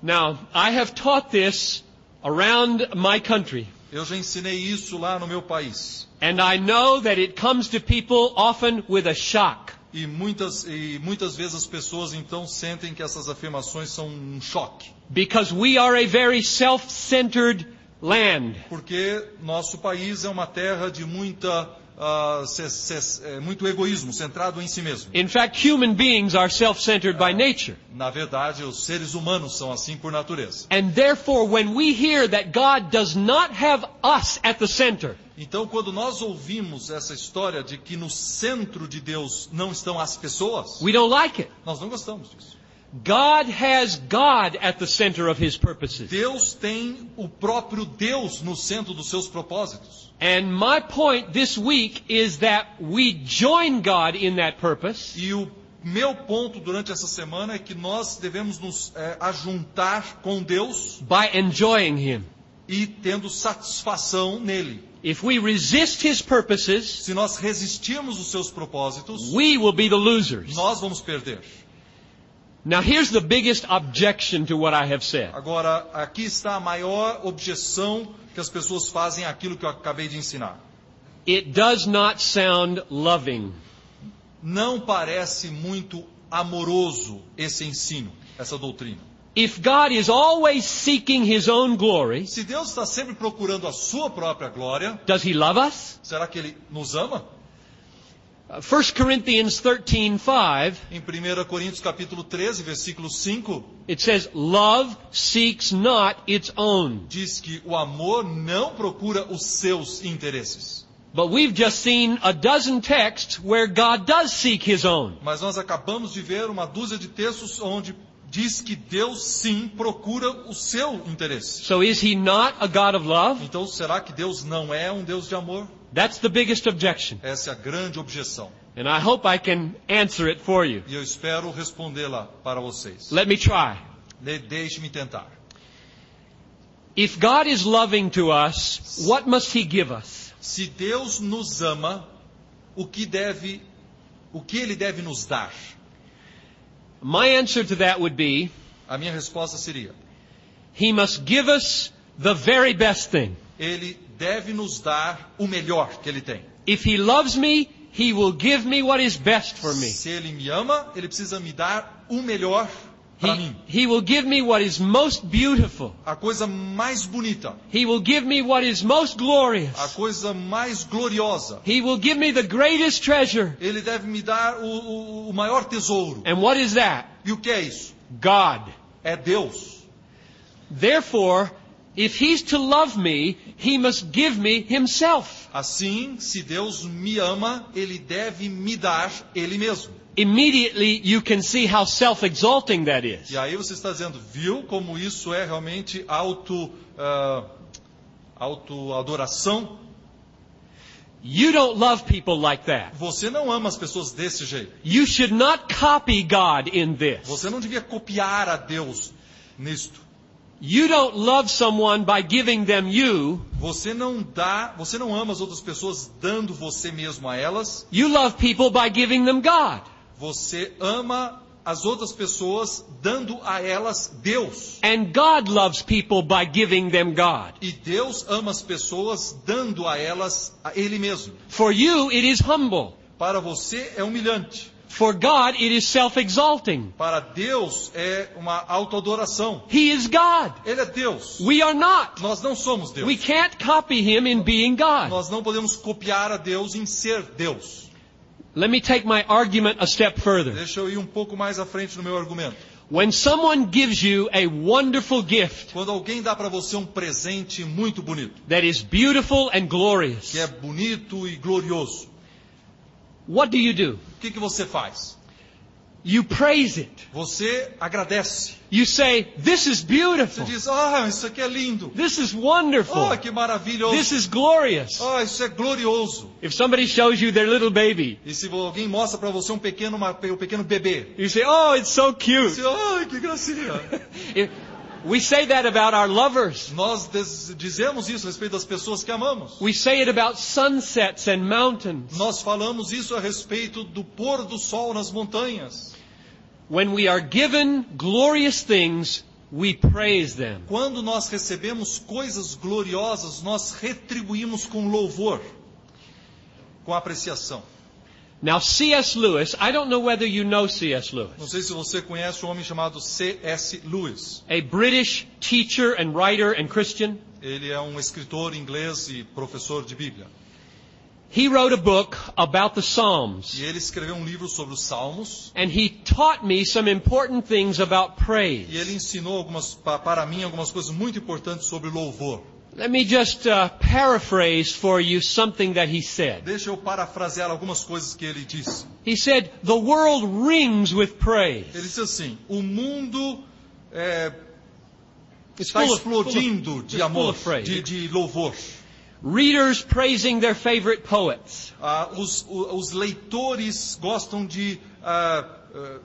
Speaker 1: Now, I have taught this around my country,
Speaker 2: Eu já ensinei isso lá no meu país.
Speaker 1: and I know that it comes to people often with a shock.
Speaker 2: E muitas, e muitas vezes as pessoas então sentem que essas afirmações são um choque.
Speaker 1: Because we are a very self-centered land.
Speaker 2: porque nosso país é uma terra de muita, ah, ce- ce- eh, muito egoísmo, centrado em si mesmo.
Speaker 1: In fact, human beings are self-centered by nature.
Speaker 2: Na verdade, os seres humanos são assim por natureza.
Speaker 1: And therefore, when we hear that God does not have us at the center,
Speaker 2: Então, quando nós ouvimos essa história de que no centro de Deus não estão as pessoas,
Speaker 1: we don't like it.
Speaker 2: nós não gostamos disso.
Speaker 1: God has God at the center of His purposes.
Speaker 2: Deus tem o próprio Deus no centro dos seus propósitos.
Speaker 1: And my point this week is that we join God in that purpose
Speaker 2: E o meu ponto durante essa semana é que nós devemos nos eh, ajuntar com Deus
Speaker 1: by enjoying Him.
Speaker 2: e tendo satisfação nele.
Speaker 1: If we resist His purposes,
Speaker 2: Se nós resistirmos os seus propósitos,
Speaker 1: we will be the losers.
Speaker 2: nós vamos perder.
Speaker 1: Now here's the biggest objection to what I have said.
Speaker 2: Agora, aqui está a maior objeção que as pessoas fazem àquilo que eu acabei de ensinar.
Speaker 1: It does not sound loving.
Speaker 2: Não parece muito amoroso esse ensino, essa doutrina.
Speaker 1: If God is always seeking His own glory,
Speaker 2: Se Deus está sempre procurando a sua própria glória,
Speaker 1: does He love us?
Speaker 2: será que ele nos ama?
Speaker 1: Uh, 1 Corinthians 13:5
Speaker 2: Em 1 Coríntios capítulo 13, versículo 5,
Speaker 1: it says love seeks not its own.
Speaker 2: diz que o amor não procura os seus interesses.
Speaker 1: But we've just seen a dozen texts where God does seek his own.
Speaker 2: Mas nós acabamos de ver uma dúzia de textos onde diz que Deus sim procura o seu interesse.
Speaker 1: So is he not a God of love?
Speaker 2: Então, será que Deus não é um Deus de amor?
Speaker 1: That's the biggest objection.
Speaker 2: Essa é a grande objeção.
Speaker 1: And I hope I can answer it for you.
Speaker 2: E eu espero respondê-la para vocês.
Speaker 1: Let me try.
Speaker 2: De- Deixe-me tentar.
Speaker 1: If God is loving to us, what must he give us?
Speaker 2: Se Deus nos ama, o que deve, o que Ele deve nos dar?
Speaker 1: My answer to that would be,
Speaker 2: A minha resposta seria:
Speaker 1: he must give us the very best thing.
Speaker 2: Ele deve nos dar o melhor que Ele tem.
Speaker 1: If he loves me, he will give me what is best for me.
Speaker 2: Se Ele me ama, Ele precisa me dar o melhor para
Speaker 1: He,
Speaker 2: mim.
Speaker 1: he will give me what is most beautiful.
Speaker 2: A coisa mais bonita,
Speaker 1: He will give me what is most
Speaker 2: a
Speaker 1: glorious.
Speaker 2: coisa mais gloriosa.
Speaker 1: He will give me the greatest treasure.
Speaker 2: Ele deve me dar o, o, o maior tesouro.
Speaker 1: And what is that?
Speaker 2: E o que é isso?
Speaker 1: God.
Speaker 2: É Deus.
Speaker 1: Therefore, if he's to love me, he must give me himself
Speaker 2: Assim, se Deus me ama, Ele deve me dar Ele mesmo.
Speaker 1: immediately. You can see how self-exalting that is.
Speaker 2: E aí você está dizendo, viu como isso é realmente auto, ah, auto-adoração?
Speaker 1: You don't love people like that.
Speaker 2: Você não ama as pessoas desse jeito.
Speaker 1: You should not copy God in this.
Speaker 2: Você não devia copiar a Deus nisto.
Speaker 1: You don't love someone by giving them you.
Speaker 2: Você não dá, você não ama as outras pessoas dando você mesmo a elas.
Speaker 1: You love people by giving them God.
Speaker 2: Você ama as outras pessoas dando a elas Deus.
Speaker 1: And God loves people by giving them God.
Speaker 2: E Deus ama as pessoas dando a elas a Ele mesmo.
Speaker 1: For you, it is humble.
Speaker 2: Para você é humilhante.
Speaker 1: For God, it is self-exalting.
Speaker 2: Para Deus é uma autoadoração.
Speaker 1: He is God.
Speaker 2: Ele é Deus.
Speaker 1: We are not.
Speaker 2: Nós não somos Deus.
Speaker 1: We can't copy him in being God.
Speaker 2: Nós não podemos copiar a Deus em ser Deus.
Speaker 1: Let me take my argument a step further.
Speaker 2: Deixa eu ir um pouco mais à frente no meu argumento.
Speaker 1: When someone gives you a wonderful gift
Speaker 2: Quando alguém dá para você um presente muito bonito,
Speaker 1: that is beautiful and
Speaker 2: que é
Speaker 1: glorious,
Speaker 2: bonito e glorioso,
Speaker 1: what do you do?
Speaker 2: o que, que você faz?
Speaker 1: You praise it.
Speaker 2: Você agradece.
Speaker 1: You say, this is
Speaker 2: Você
Speaker 1: beautiful.
Speaker 2: diz, ah, isso aqui é lindo.
Speaker 1: This is
Speaker 2: Oh,
Speaker 1: wonderful.
Speaker 2: que maravilhoso.
Speaker 1: This is glorious.
Speaker 2: Ah, isso é glorioso.
Speaker 1: If somebody shows you their little baby,
Speaker 2: E se alguém mostra para você um pequeno, uma- um pequeno bebê,
Speaker 1: you say, oh, it's so
Speaker 2: você,
Speaker 1: cute.
Speaker 2: ah, que gracinha.
Speaker 1: If- we say that about our lovers.
Speaker 2: Nós des- dizemos isso a respeito das pessoas que amamos.
Speaker 1: We say it about sunsets and mountains.
Speaker 2: Nós falamos isso a respeito do pôr do sol nas montanhas.
Speaker 1: When we are given glorious things, we praise them.
Speaker 2: Quando nós recebemos coisas gloriosas, nós retribuímos com louvor, com apreciação.
Speaker 1: Now, C.S. Lewis, I don't know whether you know C.S.
Speaker 2: Não
Speaker 1: Lewis,
Speaker 2: sei se você conhece um homem chamado C.S. Lewis.
Speaker 1: a British teacher and writer and Christian.
Speaker 2: Ele é um escritor inglês e professor de Bíblia.
Speaker 1: He wrote a book about the Psalms,
Speaker 2: E ele escreveu um livro sobre os Salmos.
Speaker 1: and he taught me some important things about
Speaker 2: E ele
Speaker 1: praise.
Speaker 2: ensinou algumas, pa- para mim algumas coisas muito importantes sobre louvor.
Speaker 1: Let me just uh, paraphrase for you something that he said.
Speaker 2: Deixa eu parafrasear algumas coisas que ele disse.
Speaker 1: He said, The world rings with praise.
Speaker 2: Ele disse assim: o mundo é,
Speaker 1: It's
Speaker 2: está
Speaker 1: full of- full of-
Speaker 2: explodindo
Speaker 1: it's
Speaker 2: de
Speaker 1: full
Speaker 2: amor,
Speaker 1: of praise.
Speaker 2: de, de louvor.
Speaker 1: Readers praising their favorite poets.
Speaker 2: Ah, os, o- os leitores gostam de ah, ah,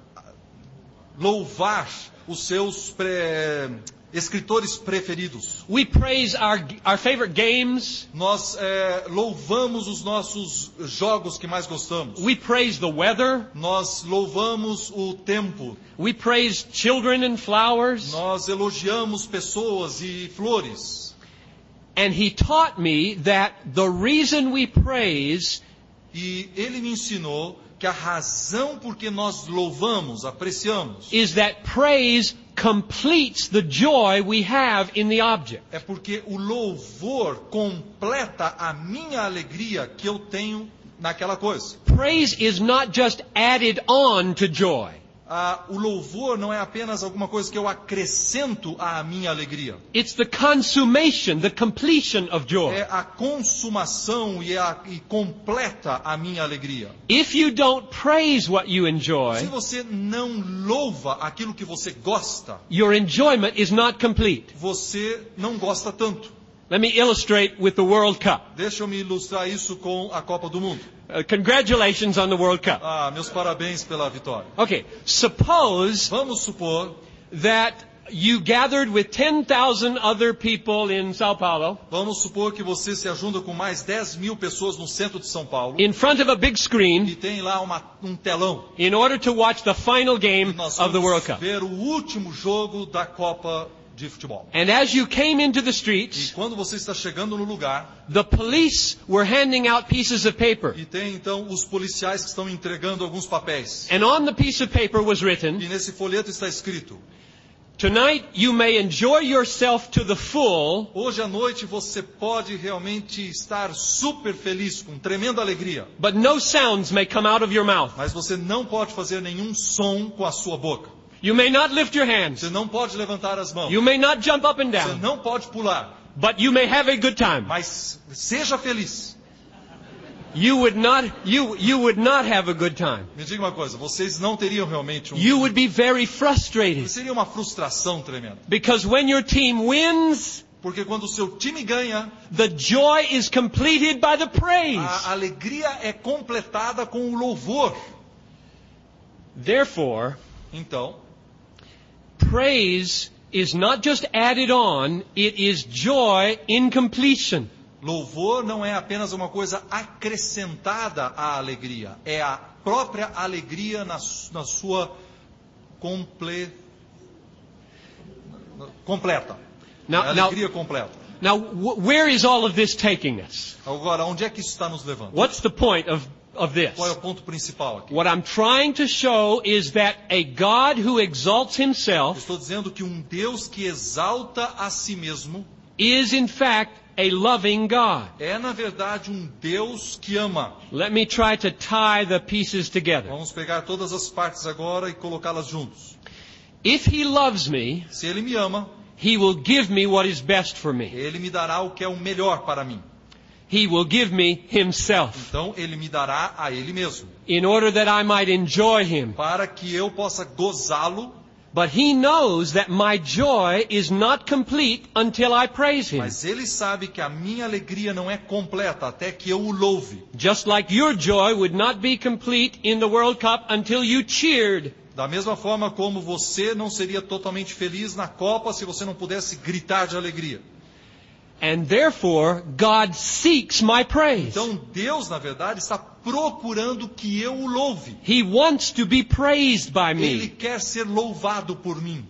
Speaker 2: louvar os seus pre- escritores preferidos.
Speaker 1: We praise our, our favorite games.
Speaker 2: Nós eh, louvamos os nossos jogos que mais gostamos.
Speaker 1: We praise the weather.
Speaker 2: Nós louvamos o tempo.
Speaker 1: We praise children and flowers.
Speaker 2: Nós elogiamos pessoas e flores.
Speaker 1: And he taught me that the reason we praise
Speaker 2: E ele me ensinou que a razão por que nós louvamos, apreciamos,
Speaker 1: is that praise completes the joy we have in the object.
Speaker 2: é porque o louvor completa a minha alegria que eu tenho naquela coisa.
Speaker 1: Praise is not just added on to joy.
Speaker 2: Ah, o louvor não é apenas alguma coisa que eu acrescento à minha alegria.
Speaker 1: It's the consummation, the completion of
Speaker 2: É
Speaker 1: joy.
Speaker 2: a consumação e, a, e completa a minha alegria.
Speaker 1: If you don't praise what you
Speaker 2: Se
Speaker 1: enjoy,
Speaker 2: você não louva aquilo que você gosta,
Speaker 1: your enjoyment is not complete.
Speaker 2: você não gosta tanto.
Speaker 1: Let me illustrate with the World Cup.
Speaker 2: Deixa eu me ilustrar isso com a Copa do Mundo.
Speaker 1: Uh, congratulations on the World Cup.
Speaker 2: Ah, meus parabéns pela vitória.
Speaker 1: Okay, suppose
Speaker 2: Vamos supor,
Speaker 1: that you gathered with 10,000 other people in Sao Paulo
Speaker 2: vamos supor que você se ajunta com mais 10 mil pessoas no centro de São Paulo
Speaker 1: in front of a big
Speaker 2: e
Speaker 1: screen
Speaker 2: tem lá uma- um telão.
Speaker 1: in order to watch the final game
Speaker 2: Nós
Speaker 1: of the World Cup.
Speaker 2: vamos ver o último jogo da Copa de futebol.
Speaker 1: And as you came into the
Speaker 2: E
Speaker 1: streets,
Speaker 2: quando você está chegando no lugar
Speaker 1: the police were handing out pieces of paper.
Speaker 2: e tem então os policiais que estão entregando alguns papéis.
Speaker 1: And on the piece of paper was
Speaker 2: E
Speaker 1: written,
Speaker 2: nesse folheto está escrito:
Speaker 1: Tonight you may enjoy yourself to the full
Speaker 2: Hoje à noite você pode realmente estar super feliz, com tremenda alegria,
Speaker 1: But no sounds may come out of your mouth.
Speaker 2: mas você não pode fazer nenhum som com a sua boca.
Speaker 1: You may not lift your hands.
Speaker 2: Você não pode levantar as mãos.
Speaker 1: You may not jump up and
Speaker 2: Você
Speaker 1: down.
Speaker 2: não pode pular.
Speaker 1: But you may have a good time.
Speaker 2: Mas seja feliz.
Speaker 1: You would not, you, you would not have a good time.
Speaker 2: Me diga uma coisa, vocês não teriam realmente um.
Speaker 1: You would be very frustrated.
Speaker 2: Seria uma frustração tremenda.
Speaker 1: Because when your team wins,
Speaker 2: Porque quando o seu time ganha,
Speaker 1: the joy is completed by the
Speaker 2: a
Speaker 1: praise.
Speaker 2: alegria é completada com o louvor.
Speaker 1: Therefore,
Speaker 2: Então,
Speaker 1: praise is not just added on, it is joy in completion.
Speaker 2: louvor não é apenas uma coisa acrescentada à alegria, é a própria alegria na, su- na sua comple... completa. É
Speaker 1: Now,
Speaker 2: a
Speaker 1: now,
Speaker 2: alegria completa.
Speaker 1: now, wh- where is all of this taking us?
Speaker 2: Agora, onde é que isso está nos levando?
Speaker 1: What's the point of, of this?
Speaker 2: Qual é o ponto principal aqui?
Speaker 1: What I'm trying to show is that a God who exalts
Speaker 2: Eu
Speaker 1: himself
Speaker 2: Estou dizendo que um Deus que exalta a si mesmo
Speaker 1: is in fact a loving God.
Speaker 2: é, na verdade, um Deus que ama.
Speaker 1: Let me try to tie the pieces together.
Speaker 2: Vamos pegar todas as partes agora e colocá-las juntos.
Speaker 1: If he loves me,
Speaker 2: Se ele me ama,
Speaker 1: he will give me what is best for me.
Speaker 2: ele me dará o que é o melhor para mim.
Speaker 1: He will give me himself
Speaker 2: Então, ele me dará a ele mesmo,
Speaker 1: in order that I might enjoy him.
Speaker 2: para que eu possa gozá-lo,
Speaker 1: But he knows that my joy is not complete until I praise him.
Speaker 2: mas ele sabe que a minha alegria não é completa até que eu o louve.
Speaker 1: Just like your joy would not be complete in the World Cup until you cheered.
Speaker 2: Da mesma forma como você não seria totalmente feliz na Copa se você não pudesse gritar de alegria.
Speaker 1: And therefore, God seeks my praise.
Speaker 2: Então Deus, na verdade, está procurando que eu o louve.
Speaker 1: He wants to be praised by
Speaker 2: Ele
Speaker 1: me.
Speaker 2: quer ser louvado por mim.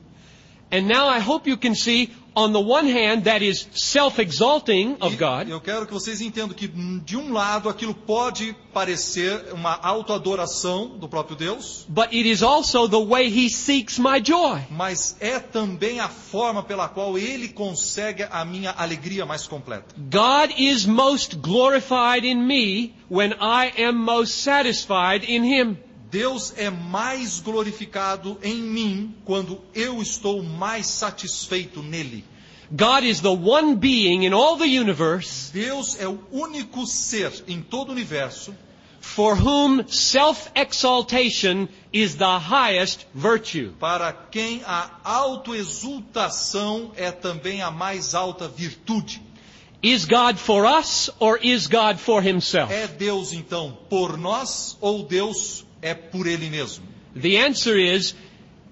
Speaker 1: And now I hope you can see on the one hand, that is self-exalting of
Speaker 2: E
Speaker 1: God,
Speaker 2: eu quero que vocês entendam que, hum, de um lado, aquilo pode parecer uma autoadoração do próprio Deus,
Speaker 1: but it is also the way He seeks my joy.
Speaker 2: mas é também a forma pela qual ele consegue a minha alegria mais completa.
Speaker 1: God is most glorified in me when I am most satisfied in Him.
Speaker 2: Deus é mais glorificado em mim quando eu estou mais satisfeito nele.
Speaker 1: God is the one being in all the universe
Speaker 2: Deus é o único ser em todo o universo
Speaker 1: for whom self-exaltation is the highest virtue.
Speaker 2: para quem a autoexultação é também a mais alta virtude.
Speaker 1: Is God for us or is God for Himself?
Speaker 2: É Deus então por nós ou Deus é por ele mesmo?
Speaker 1: The answer is,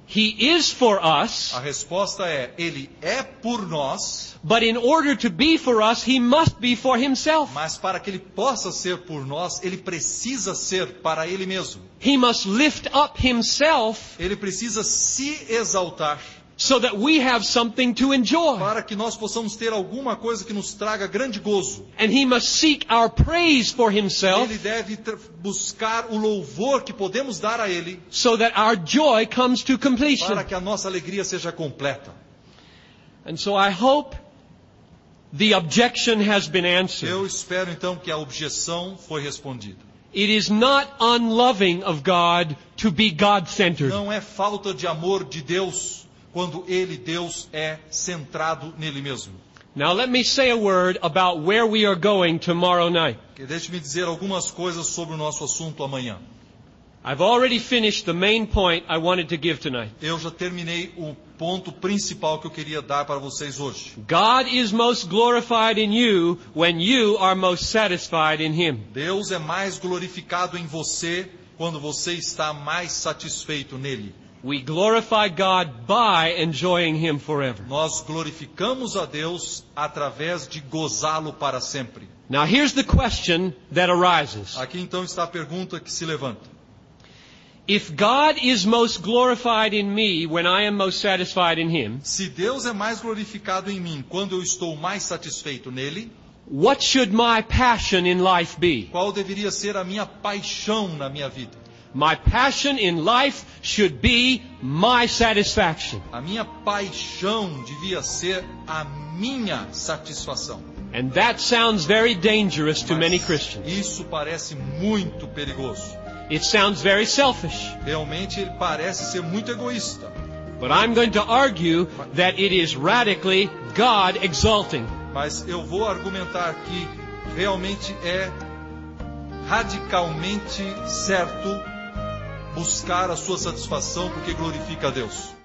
Speaker 1: He is for us,
Speaker 2: A resposta é ele é por nós,
Speaker 1: but in order to be for us, He must be for Himself.
Speaker 2: mas para que ele possa ser por nós, ele precisa ser para ele mesmo.
Speaker 1: He must lift up Himself
Speaker 2: Ele precisa se exaltar
Speaker 1: so that we have something to enjoy.
Speaker 2: para que nós possamos ter alguma coisa que nos traga grande gozo.
Speaker 1: And He must seek our praise for
Speaker 2: Ele
Speaker 1: Himself
Speaker 2: deve tra- buscar o louvor que podemos dar a ele
Speaker 1: so that our joy comes to completion.
Speaker 2: para que a nossa alegria seja completa.
Speaker 1: And so I hope the objection has been answered.
Speaker 2: Eu espero então que a objeção foi respondida.
Speaker 1: It is not unloving of God to be God-centered.
Speaker 2: Não é falta de amor de Deus quando ele, Deus, é centrado nele mesmo.
Speaker 1: Now let me say a word about where we are going tomorrow night.
Speaker 2: Que Deixe-me dizer algumas coisas sobre o nosso assunto amanhã.
Speaker 1: I've already finished the main point I wanted to give tonight.
Speaker 2: Eu já terminei o ponto principal que eu queria dar para vocês hoje.
Speaker 1: God is most glorified in you when you are most satisfied in Him.
Speaker 2: Deus é mais glorificado em você quando você está mais satisfeito nele.
Speaker 1: We glorify God by enjoying Him forever.
Speaker 2: Nós glorificamos a Deus através de gozá-lo para sempre.
Speaker 1: Now here's the question that arises.
Speaker 2: Aqui então está a pergunta que se levanta.
Speaker 1: If God is most glorified in me when I am most satisfied in Him,
Speaker 2: Se Deus é mais glorificado em mim quando eu estou mais satisfeito nele,
Speaker 1: what should my passion in life be?
Speaker 2: qual deveria ser a minha paixão na minha vida?
Speaker 1: My passion in life should be my satisfaction.
Speaker 2: A minha paixão devia ser a minha satisfação.
Speaker 1: And that sounds very dangerous to many Christians.
Speaker 2: Isso parece muito perigoso.
Speaker 1: It sounds very selfish.
Speaker 2: Realmente ele parece ser muito egoísta.
Speaker 1: But I'm going to argue that it is radically God exalting.
Speaker 2: Mas eu vou argumentar que realmente é radicalmente certo buscar a sua satisfação porque glorifica a Deus.